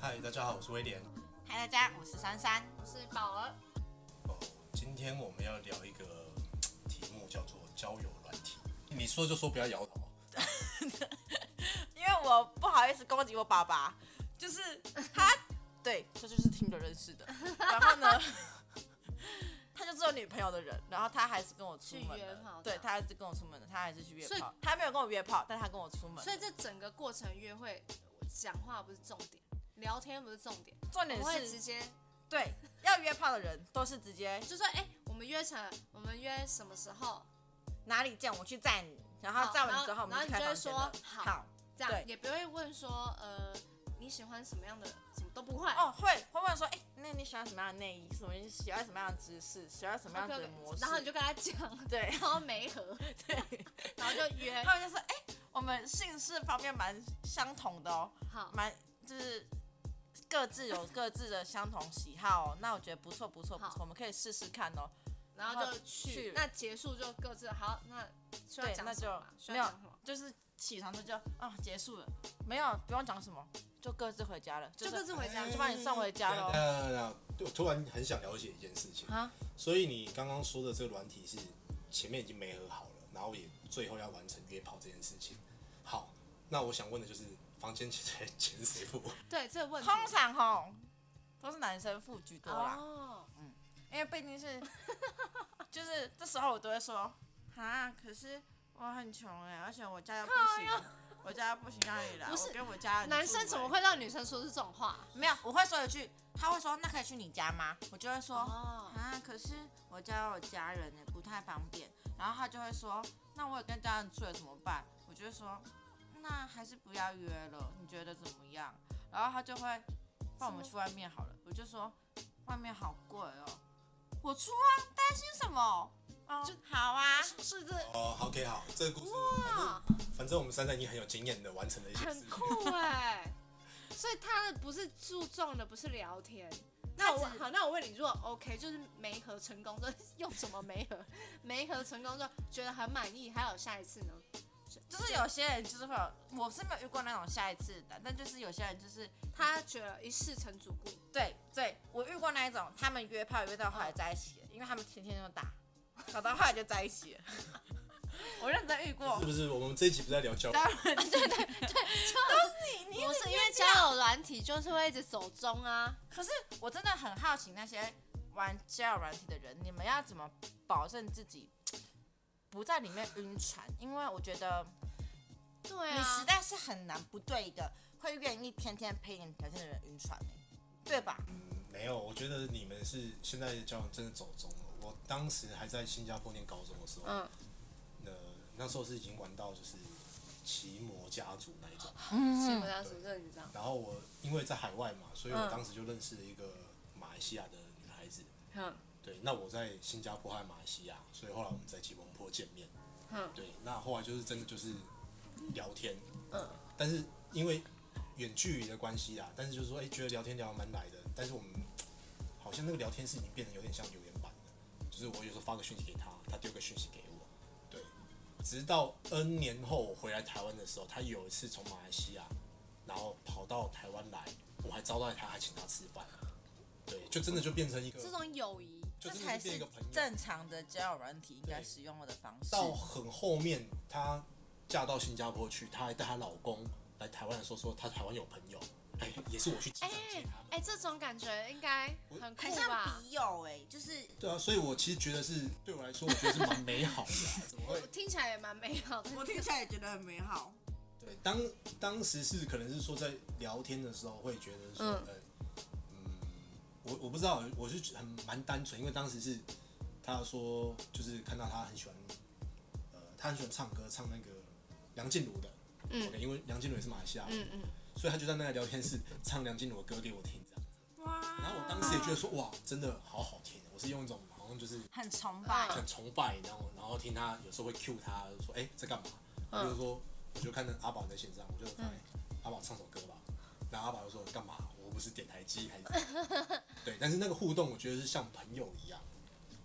嗨，大家好，我是威廉。嗨，大家，我是珊珊。我是宝儿，哦，今天我们要聊一个嘖题目，叫做交友软体。你说就说，不要摇头。因为我不好意思攻击我爸爸，就是 他，对，这就是听着认识的。然后呢，他就是有女朋友的人，然后他还是跟我出门去约的炮，对他还是跟我出门的，他还是去约所以炮，他没有跟我约炮，但他跟我出门。所以这整个过程约会，讲话不是重点，聊天不是重点，重我点们会直是，接对，要约炮的人都是直接就说，哎、我们约成了，我们约什么时候？哪里见我去载你，然后好载完然你后之后我们然后就开你就房会间说了。好好，这样对也不会问说，呃，你喜欢什么样的，什么都不会。哦，会会问说，哎，那你喜欢什么样的内衣？什么你喜欢什么样的姿势？喜欢什么样 OK，OK，的模式？然后你就跟他讲，对。然后没 合，对，然后就约他们就说，哎、我们姓氏方面蛮相同的哦，好，蛮就是各自有各自的相同喜好哦，那我觉得不错不错不错好，我们可以试试看哦。然后就去去，那结束就各自好，那需要对那讲就什么吗？需没要有讲什么？就是起床就就啊结束了，没有不用讲什么，就各自回家了，就是各自回家就把你送回家喽。那我突然很想了解一件事情，啊，所以你刚刚说的这个软体是前面已经没和好了，然后也最后要完成约炮这件事情。好，那我想问的就是，房间钱钱谁 付？对，这个问题通常吼都是男生付居多啦，哦，因为毕竟 是就是这时候我都会说啊，可是我很穷哎、而且我家又不行，我家又不行让你来，不是我跟我家人男住生怎么欸会让女生说出这种话？没有，我会说一句，他会说那可以去你家吗？我就会说、哦，啊，可是我家有家人呢，不太方便。然后他就会说，那我也跟家人住了怎么办？我就会说，那还是不要约了，你觉得怎么样？然后他就会，帮我们去外面好了。我就说，外面好贵哦，我出啊，担心什么？哦，就好啊，是这哦，OK，好，这个故事，哇，反正我们三三已经很有经验的完成了一些事很情。酷哎、所以他的不是注重的不是聊天，那他我只好，那我问你，如果 OK 就是没合成功的，用什么没合？没合成功就觉得很满意，还有下一次呢？就是有些人就是会有，我是没有遇过那种下一次的，但就是有些人就是他觉得一世成主顾，对对，我遇过那一种，他们约炮约到后来在一起了，因为他们天天都打，搞到后来就在一起了。我认真遇过 是，不是？我们这一集不是在聊交友当然你你不是因为交友软体就是会一直走中啊，可是我真的很好奇那些玩交友软体的人，你们要怎么保证自己不在里面晕船？因为我觉得对你实啊，在是很难不对一个会愿意天天陪你聊天的人晕船、欸、对吧？没有，我觉得你们是现在的交友真的走中了。我当时还在新加坡念高中的时候，嗯呃，那时候是已经玩到就是奇摩家族那一种。基嗯本上是不是你知道？然后我因为在海外嘛，所以我嗯当时就认识了一个马来西亚的女孩子。嗯对，那我在新加坡和马来西亚，所以后来我们在吉隆坡见面。嗯对，那后来就是真的就是聊天，嗯，但是因为远距离的关系啦，但是就是说，哎、觉得聊天聊得蛮来的，但是我们好像那个聊天是已经变得有点像留言板了，就是我有时候发个讯息给他，他丢个讯息给我，对，直到 N 年后我回来台湾的时候，他有一次从马来西亚，然后跑到台湾来，我还招待他，还请他吃饭，对，就真的就变成一个，这种友谊就这真才的就变一是个朋友。正常的交友软体应该使用的方式。到很后面，她嫁到新加坡去，她还带她老公来台湾的时候说，她台湾有朋友，哎、也是我去机场接他们。哎、这种感觉应该很很酷像吧？笔友哎、就是对啊，所以我其实觉得是对我来说，我觉得是蛮美好的啊、怎么会我？听起来也蛮美好的。 我听起来也觉得很美好。对，当当时是可能是说在聊天的时候会觉得说，嗯呃嗯，我我不知道，我是很蛮单纯，因为当时是他说就是看到他很喜欢，呃，他很喜欢唱歌，唱那个梁静茹的，嗯 OK，因为梁静茹也是马来西亚人，嗯 嗯，所以他就在那个聊天室唱梁静茹的歌给我听，这样。哇！然后我当时也觉得说，哇，真的好好听。我是用一种好像就是很崇拜，嗯很崇拜，然后然后听他有时候会 cue 他说，哎、在干嘛？他嗯就说，我就看着阿宝在线上，我就说，哎、阿宝唱首歌吧。然后阿宝就说，干嘛？我不是点台机还是怎样？对，但是那个互动，我觉得是像朋友一样。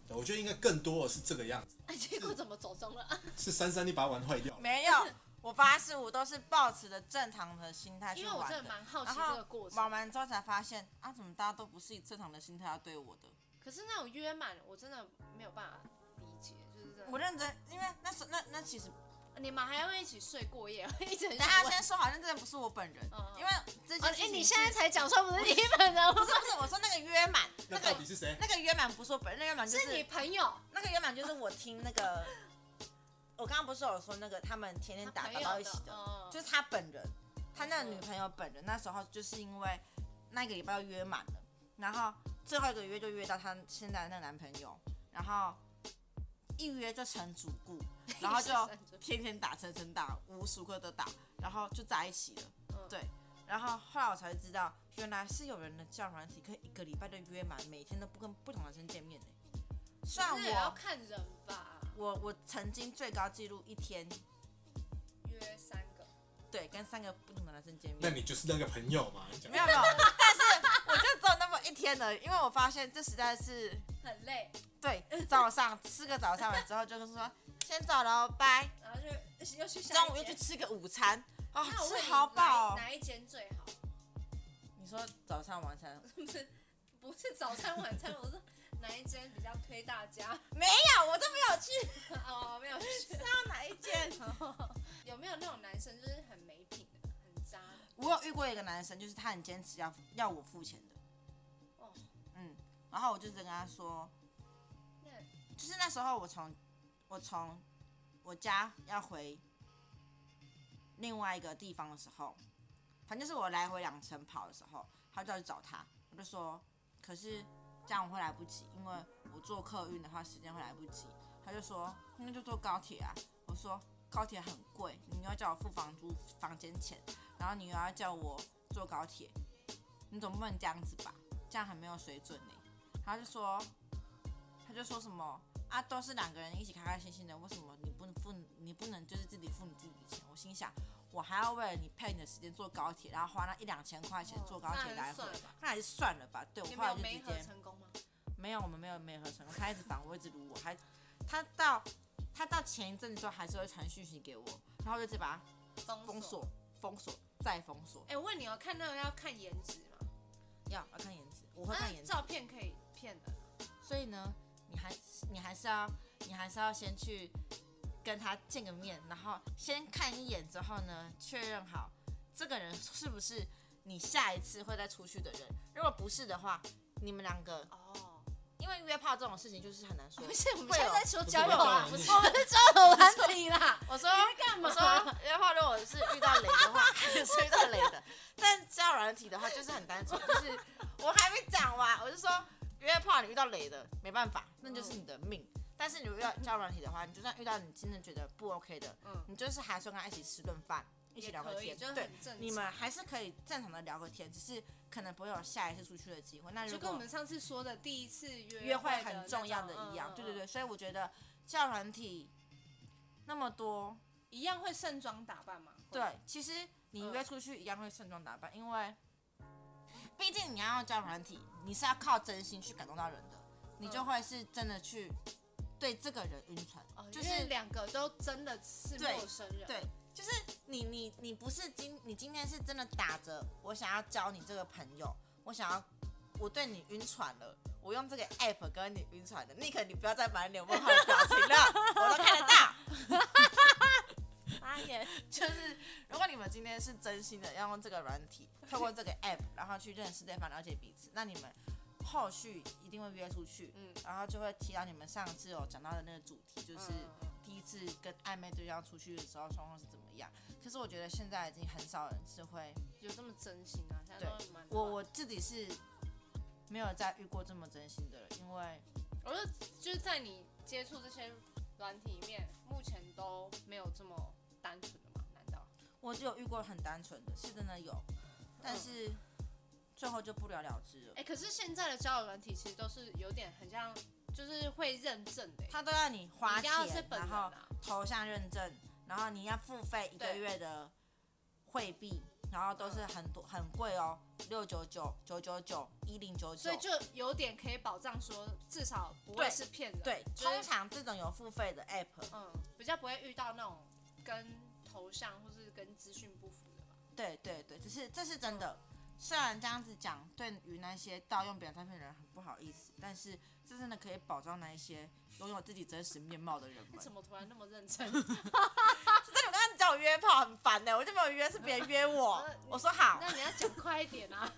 对我觉得应该更多的是这个样子，哎，结果怎么走中了？是珊珊你把它玩坏掉了。没有，我八十五都是抱持着正常的心态去因为我玩真的蛮好奇然后这个过程玩。完之后才发现啊，怎么大家都不是以正常的心态要对我的？可是那种约满，我真的没有办法理解，就是真的我认真，因为那时那那其实，嗯你们还会一起睡过夜，我一直很大想家问。先说，好像真的不是我本人，嗯嗯因为这件哦，哎、事情你是现在才讲说不是你本人，哦不是不是，我说那个约满，那那到个底是谁？那个约满不是我本人，那个约满就是你朋友，那个原版就是我听那 个，我刚刚不是有说那个他们天天他打朋打友到一起的，的，嗯就是他本人，他那个女朋友本人那时候就是因为那个礼拜约满了，然后最后一个月就约到她现在的那个男朋友，然后一约就成主顾，然 后就天天打，层层打，无时无刻都打，然后就在一起了。嗯对然后后来我才知道，原来是有人的交友软体可以一个礼拜就约满，每天都不跟不同的男生见面呢、虽然但也要我看人吧，我我曾经最高记录一天，约三个，对，跟三个不同的男生见面。那你就是那个朋友嘛？你讲没有没有，但是我就只有那么一天而已，因为我发现这实在是很累，对早上吃个早餐完之后就是说先走了，拜，然后就又去下中午一又去间。吃个午餐，哦， 那我吃问你好饱、哦哪。一哪一间最好？你说早餐晚餐？不是不是早餐晚餐，我是哪一间比较推大家？哎呀，我都没有去哦，没有去。到哪一间。有没有那种男生就是很没品的，很渣的？我有遇过一个男生，就是他很坚持要要我付钱的，哦，嗯，然后我就只跟他说，那就是那时候我从我从我家要回另外一个地方的时候，反正就是我来回两程跑的时候，他就要去找他，我就说，可是这样我会来不及，因为我坐客运的话时间会来不及。他就说，那就坐高铁啊。我说高铁很贵，你又要叫我付房租、房间钱，然后你又要叫我坐高铁，你总不能这样子吧？这样很没有水准呢、他就说，他就说什么啊，都是两个人一起开开心心的，为什么你不能付？你不能就是自己付你自己的钱？我心想，我还要为了你配你的时间坐高铁，然后花那一两千块钱哦坐高铁那还来是回算了吧，那还是算了吧。对我你后们来有就没直合接成功吗？没有，我们没有没合成功，他一直烦我，一直撸我，还他到他到前一阵子都还是会传讯息给我，然后我就直接把他封封锁。锁、封锁再封锁。哎、我问你哦，看那个要看颜值吗？要要看颜值，我会看那颜值，照片可以骗人啊。所以呢，你还你还是要你还是要先去跟他见个面，然后先看一眼之后呢，确认好这个人是不是你下一次会再出去的人。如果不是的话，你们两个哦，因为约炮这种事情就是很难说啊不。是，我们会现有在在说不是交友会有啊，人不理是解我们在交友软体啦。我说你在干嘛我说约炮如果是遇到雷的话， 是遇到雷的。但交友软体的话就是很单纯，就是我还没讲完，我就说约炮你遇到雷的没办法，那就是你的命。但是你遇到交友软体的话，你就算遇到你真的觉得不 OK 的，嗯，你就是还是跟他一起吃顿饭，一起也聊个可以，天，就是对，很正常。你们还是可以正常的聊个天，只是可能不会有下一次出去的机会。那就如跟果我们上次说的第一次约约会会的很那重要种的一样，嗯对对嗯对，所以我觉得交友软体那么多，一样会盛装打扮吗？会对，其实你嗯约出去一样会盛装打扮，因为毕竟你要交友软体，你是要靠真心去感动到人的，你就嗯会是真的去对这个人晕船，哦，就因为是两个都真的是对陌生人，对，就是你你你不是今你今天是真的打着我想要交你这个朋友，我想要我对你晕船了。我用这个 app 跟你晕船的，尼克，你不要再满脸问号的表情了， 我都看得到。阿 言，就是如果你们今天是真心的要用这个软 体，透过这个 app，然后去认识对方、了解彼此，那你们后续一定会约出去，嗯，然后就会提到你们上次有讲到的那个主题，就是嗯嗯第一次跟暧昧对象出去的时候状况是怎么样。可是我觉得现在已经很少人是会，有这么真心啊？现在都蛮我我自己是没有再遇过这么真心的人，因为我就就是在你接触这些软体里面，目前都没有这么单纯的嘛？难道？我只有遇过很单纯的，是真的有，但嗯是最后就不了了之了哎、。可是现在的交友软体其实都是有点很像，就是会认证的、欸，他都要你你花一定钱，要是本然人后啊，头像认证，然后你要付费一个对月的会币，然后都是很多很贵哦，六九九、九九九、一零九九所以。就有点可以保障说，至少不对会是骗人，对，就是通常这种有付费的 app，嗯，比较不会遇到那种跟同头像或是跟资讯不符的吧？对对对，只是这是真的。虽然这样子讲，对于那些盗用别人照片的人很不好意思，但是这真的可以保障那一些拥有自己真实面貌的人你们。怎么突然那么认真？但你们刚刚叫我约炮很烦的、我就没有约，是别人约我 呃你。我说好，那你要讲快一点啊！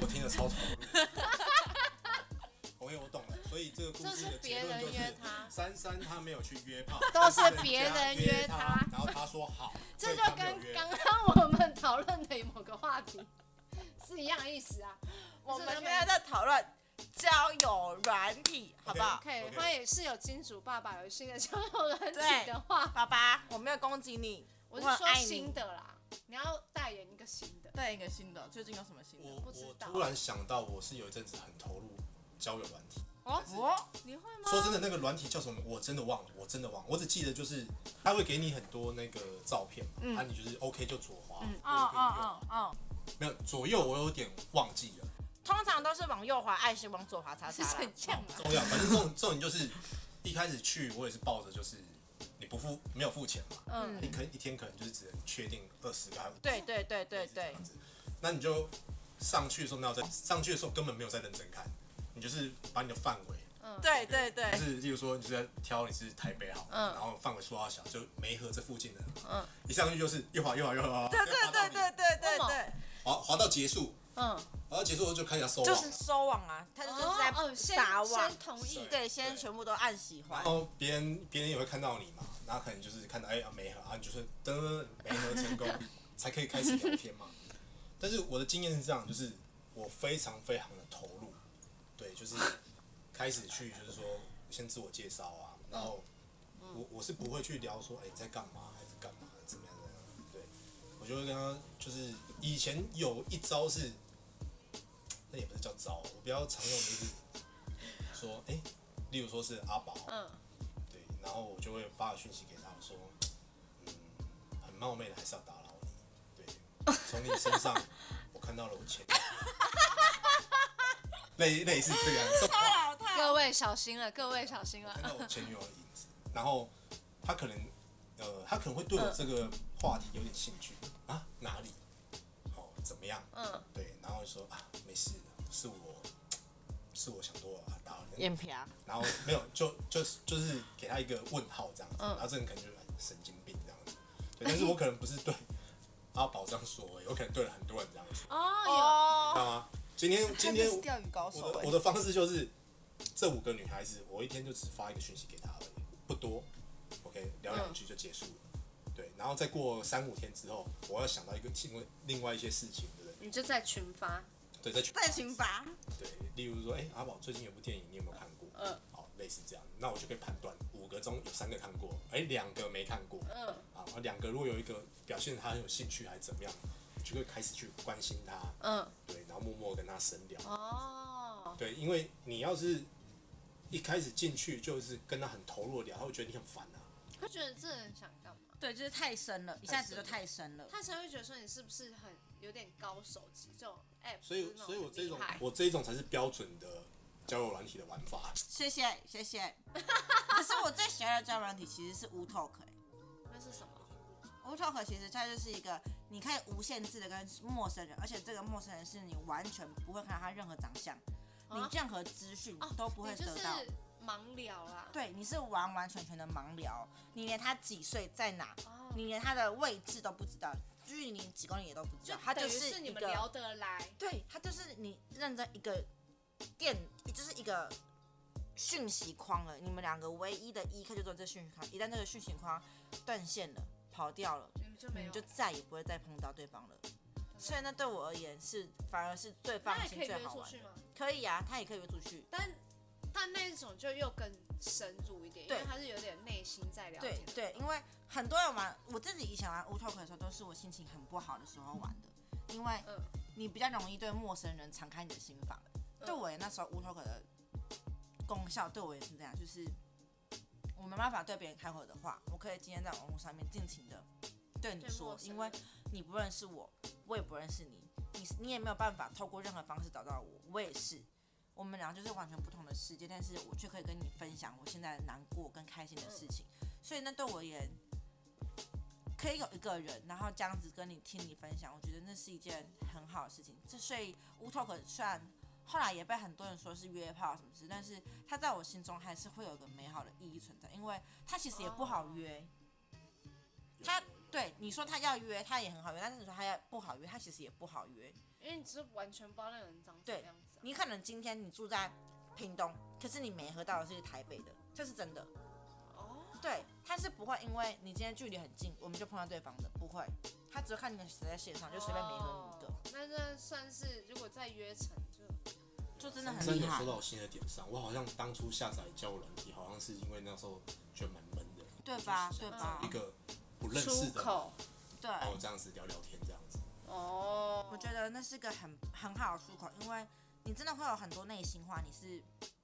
我听得超投入。OK，我懂了，所以这个故事的结论就是这是别人约他珊珊她没有去约炮，都是但人家别人约约她然后她说好，所 这以就她没有跟约刚刚我们讨论的某个话题是一样的意思啊。我们现在在讨论交友软体，好不好？ OK， OK 欢迎是有金主爸爸有新的交友软体对的话，爸爸，我没有攻击你，我是很说爱你新的啦，你要代言一个新的。带一个新的，最近有什么新的？我不知我道突然想到，我是有一阵子很投入交友软体。哦，我你会说吗？真的，那个软体叫什么？我真的忘了，我真的忘了。我只记得就是它会给你很多那个照片，嗯啊，你就是 OK 就左滑，嗯， OK 哦就右哦哦哦，没有左右，我有点忘记了，通常都是往右滑，爱心往左滑，叉叉是啦。怎样啊？重要。反正这种这种就是一开始去，我也是抱着就是你不付没有付钱嘛，嗯，你可能一天可能就是只能确定二十个还是对对对对50个这对样，子，那你就上去的时候，那在上去的时候根本没有在认真看，你就是把你的范围。对对对就，是例如说，你就在挑你是台北好，嗯然后范围缩到小，就梅河这附近的，嗯，一上去就是一滑一滑一滑，对对对对对对对，滑滑到结束，嗯，滑到结束后就开始要收网，就是收网啊，他就是在哦，先撒网先，同意是对，先全部都按喜然欢，后别人别人也会看到你嘛，然后可能就是看到哎梅河啊，你就是噔梅河成功才可以开始聊天嘛。但是我的经验是这样，就是我非常非常的投入，对，就是开始去就是说先自我介绍啊，然后我我是不会去聊说哎、你在干嘛还是干嘛怎么样怎么样，对我就会跟他就是以前有一招是，那也不是叫招，我比较常用的就是说哎、例如说是阿宝，嗯，对，然后我就会发个讯息给他我说，嗯，很冒昧的还是要打扰你，对，从你身上我看到了我前女友，类类似这个样子，老太各位小心了，各位小心我了看。哦到我前女友的影子，然后他可能呃，他可能会对我这个话题有点兴趣啊，哪里，哦，怎么样，嗯，对，然后就说啊，没事，是我是我想多了，啊打扰你，眼皮啊，然后没有，就就是就是给他一个问号这样子，然后这个人可能就是神经病这样子，对，但是我可能不是对阿宝这样说、欸，我可能对了很多人这样说，哦，知哦，道吗？今天今天我钓鱼高欸我的我的方式就是，这五个女孩子，我一天就只发一个讯息给她而已，不多，OK，聊两句就结束了，对，然后再过三五天之后，我要想到一个另外另外一些事情，对不对？有，你就在群发，对，再去在群吧，对，例如说，哎、阿宝最近有部电影，你有没有看过？嗯，好，类似这样，那我就可以判断五个中有三个看过，哎、两个没看过，嗯，啊，然后两个如果有一个表现他很有兴趣还是怎么样，就会开始去关心他，嗯，对，然后默默地跟他深聊，哦，对，因为你要是一开始进去就是跟他很投入的聊，他会觉得你很烦啊，他觉得这人想干嘛？对，就是太深了，一下子就太深了。他才会觉得说你是不是很有点高手级这种 app，所以是，那所以我很这厉种害我这一种才是标准的交友软体的玩法，谢谢谢 谢。可是我最喜欢的交友软体其实是 WooTalk，那是什么？无 talk 其实它就是一个你可以无限制的跟陌生人，而且这个陌生人是你完全不会看到他任何长相，啊你任何资讯哦都不会你就得是到。盲啊聊啦。对，你是完完全全的盲聊，你连他几岁在哪，哦，你连他的位置都不知道，距离几公里也都不知就道，他等就于是一你们个，聊得来，对他就是你认真一个电，就是一个讯息框了。你们两个唯一的依靠就只有这讯息框，一旦这个讯息框断线了，跑掉了。你们就你没有嗯啊们就。再也不会再碰到对方了。虽然那对我而言是反而是最放那也心、可以最约好出玩去的。吗？可以啊，他也可以约出去。但但那一种就又更深入一点，因对为他是有点内心在聊对天。对，因为很多人玩，我自己以前玩 u t a l 的时候，都是我心情很不好的时候玩的，因为嗯你比较容易对陌生人敞开你的心房。嗯对我而言那时候 u t a l 的功效对我也是这样，就是我没办法对别人开口的话，我可以今天在网络上面尽情的对你对说陌，生因为人你不认识我，我也不认识你，你你也没有办法透过任何方式找到我，我也是。我们俩就是完全不同的世界，但是我却可以跟你分享我现在的难过跟开心的事情，所以那对我而言，可以有一个人，然后这样子跟你听你分享，我觉得那是一件很好的事情。这所以乌托克虽然后来也被很多人说是约炮什么之类，但是它在我心中还是会有一个美好的意义存在，因为它其实也不好约。有他有有对你说他要约，他也很好约，但是你说他要不好约，他其实也不好约。因为你是完全不知道那个人长什么对样子、啊。你可能今天你住在屏东，可是你没喝到的是台北的，这是真的。哦，对，他是不会因为你今天距离很近，我们就碰到对方的，不会。他只会看你们谁在线上，就随便没喝你一个。哦那这算是如果再约成就就真的很真厉的害说到我心的点上，我好像当初下载交友软体，好像是因为那时候觉得蛮闷的，对吧就是对想吧找一个不认识出的人，口对，然后这样子聊聊天，这样子。哦。我觉得那是个很很好的出口，因为你真的会有很多内心话，你是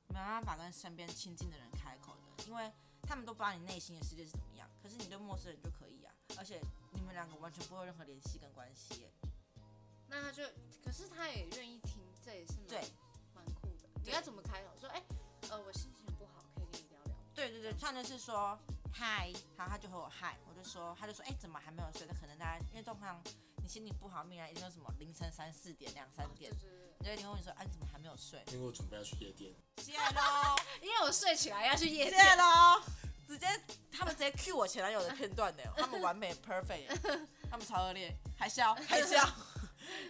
没办法跟身边亲近的人开口的，因为他们都不知道你内心的世界是怎么样。可是你对陌生人就可以啊，而且你们两个完全不会有任何联系跟关系耶。那他就，可是他也愿意听，这也是蛮对蛮酷的。你要怎么开口？说，哎、呃，我心情不好，可以跟你聊聊。对对对，他就是说嗨，然后他就和我嗨，我就说，他就说，哎、怎么还没有睡？那可能大家因为通常你心情不好，必然一定是什么凌晨三四点、两三点就，是你就一定会问你说，哎、你怎么还没有睡？因为我准备要去夜店，谢喽。因为我睡起来要去夜谢店，喽，直接他们直接 cue 我前男友的片 段呢，他们完美 perfect，耶 他们超恶劣，还笑 还笑，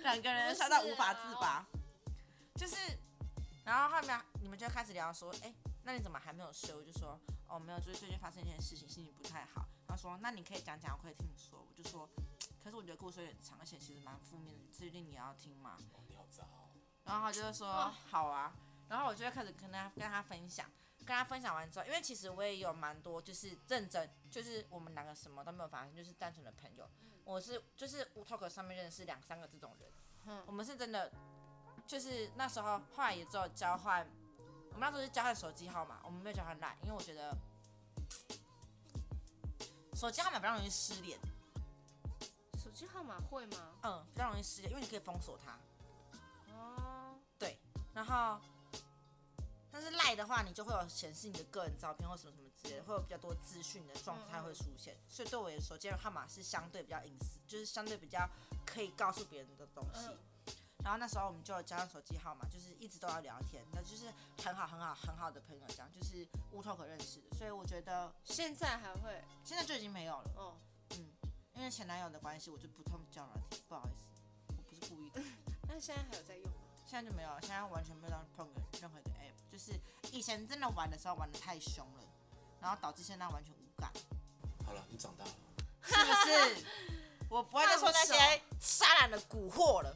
两个人笑到无法自拔，就是，然后后面你们就开始聊说，哎、那你怎么还没有睡？我就说，哦，没有，就是最近发生一件事情，心情不太好。他说，那你可以讲讲，我可以听你说。我就说，可是我觉得故事有点长，而且其实蛮负面的，最近你要听吗？哦，你好渣哦，然后他就说、哦好啊，然后我就会开始跟他跟他分享，跟他分享完之后，因为其实我也有蛮多就是认真，就是我们两个什么都没有发生，就是单纯的朋友。我是就是无 talk 上面认识两三个这种人，嗯我们是真的，就是那时候后来也只有交换，我们那时候是交换手机号码，我们没有交换 line，因为我觉得手机号码比较容易失联，手机号码会吗？嗯，比较容易失联，因为你可以封锁它。哦，然后，但是赖的话，你就会有显示你的个人照片或什么什么之类的，会有比较多资讯的状态会出现。所以对我来说，这个号码是相对比较隐私，就是相对比较可以告诉别人的东西。嗯然后那时候我们就有加上手机号码，就是一直都要聊天，那就是很好很好很好的朋友，这样就是无头可认识的。所以我觉得现在还会现在就已经没有了，嗯哦，因为前男友的关系，我就不痛交软体，不好意思，我不是故意的。那现在还有在用吗？现在就没有了，现在完全没有让碰任何一个 app，就是以前真的玩的时候玩的太凶了，然后导致现在完全无感，好了，你长大了，是不 是？我不会再受那些杀人的蛊惑了。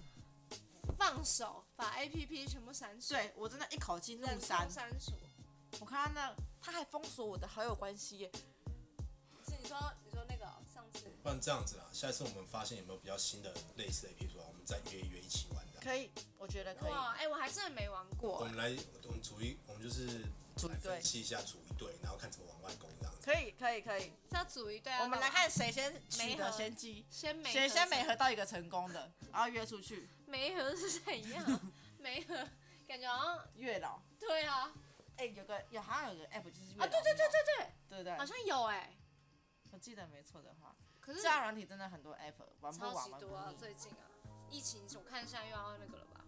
放手，把 A P P 全部删除，对，我真的一口气怒人工删，删除。我看到那他还封锁我的好友关系耶，是你说你说那个上次不然这样子啦，下一次我们发现有没有比较新的类似的 A P P，我们再约一约一起玩的。可以，我觉得可以。哇，哎、我还真的没玩我过，们来，我们组一，我们就是组一来队分析一下组一队，然后看怎么往外攻这样子。可以可以可以，是要组一对，我们来看谁先取哎没得合先机，先没谁先没合合到一个成功的，然后约出去没合是 怎样？没合感觉好像月老。对啊，哎、有个有好像有个 app 就是月老啊对对对对对不对对，好像有哎、我记得没错的话，可是这样软体真的很多 app 玩不嗯超玩嗯级玩不多啊，腻。最近啊，疫情我看现在又要那个了吧？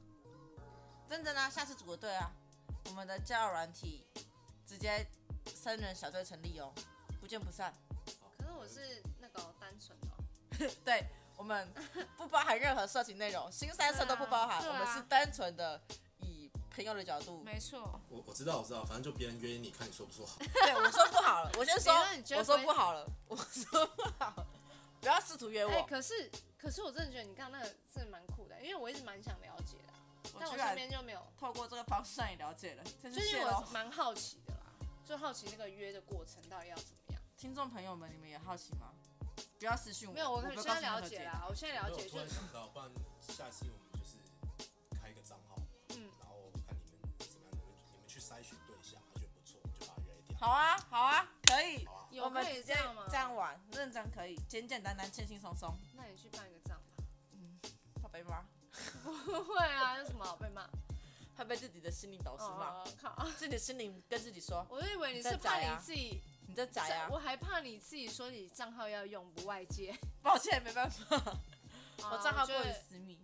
真的呢，下次组个队啊，我们的交友软体直接三人小队成立哦，不见不散。可是我是那个单纯的哦、对我 们不包含任何色情内容，新三色都不包含，对啊我们是单纯的以朋友的角度。没错，我我知道我知道，反正就别人约你，看你说不说好。对，我说不 好了，我先说你说你，觉得我说不会不好了，我说不好了，不要试图约我。哎、可是可是我真的觉得你刚刚那个真的蛮酷的，因为我一直蛮想了解的啊、但我居身然边就没有，透过这个方式让你了解了，真就是是谢哦因为我喽。蛮好奇的啦，就好奇那个约的过程到底要怎么样。听众朋友们，你们也好奇吗？不要私讯我，没有，我可现在了解。啦，我现在了没有解啊我就突然是想到，不然下次我们就是开一个账号，嗯然后看你们怎么样，你们你们去筛选对象，还觉得不错，就把它约掉。好啊，好啊，可以好。啊，有我们可以直接样吗？这样玩，认真可以，简简单单，轻轻松松。那你去办一个账吧。 怕被骂，不会啊，有什么好被骂？怕被自己的心灵导师骂，哦靠！ 自己的心灵跟自己说，啊我就以为你是怕你自己你在宅啊？我还怕你自己说你账号要用不外借， 抱歉，没办法， 我账号啊过于觉得私密，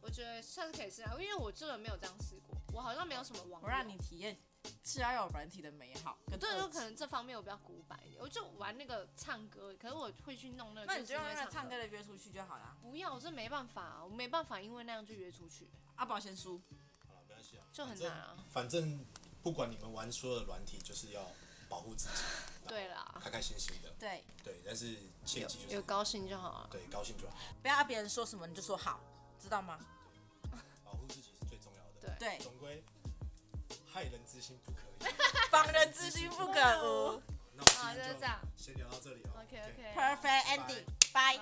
我觉得下次可以试下，因为我这个没有这样试过，我好像没有什么网。我让你，体验交友软体的美好。跟对，恶就习可能这方面我比较古板一点，我就玩那个唱歌，可是我会去弄那个，那你就就是让因为那唱个唱歌。的约出去就好了。不要，我真没办法、我没办法，因为那样就约出去，阿宝先输，好了，没关系啊，就很反正难啊。反正不管你们玩所有的软体，就是要保护自己， 对啦，开开心心的，对，对。但是切记就有是高兴就好啊了。对高兴就好，不要别人说什么你就说好，知道吗？保护自己是最重要的。对，啊 对，总归害人之心不可无。防人之心不可无。那我们好，今天就是就这样。先聊到这里哦。 OK OK。 Perfect ending，拜。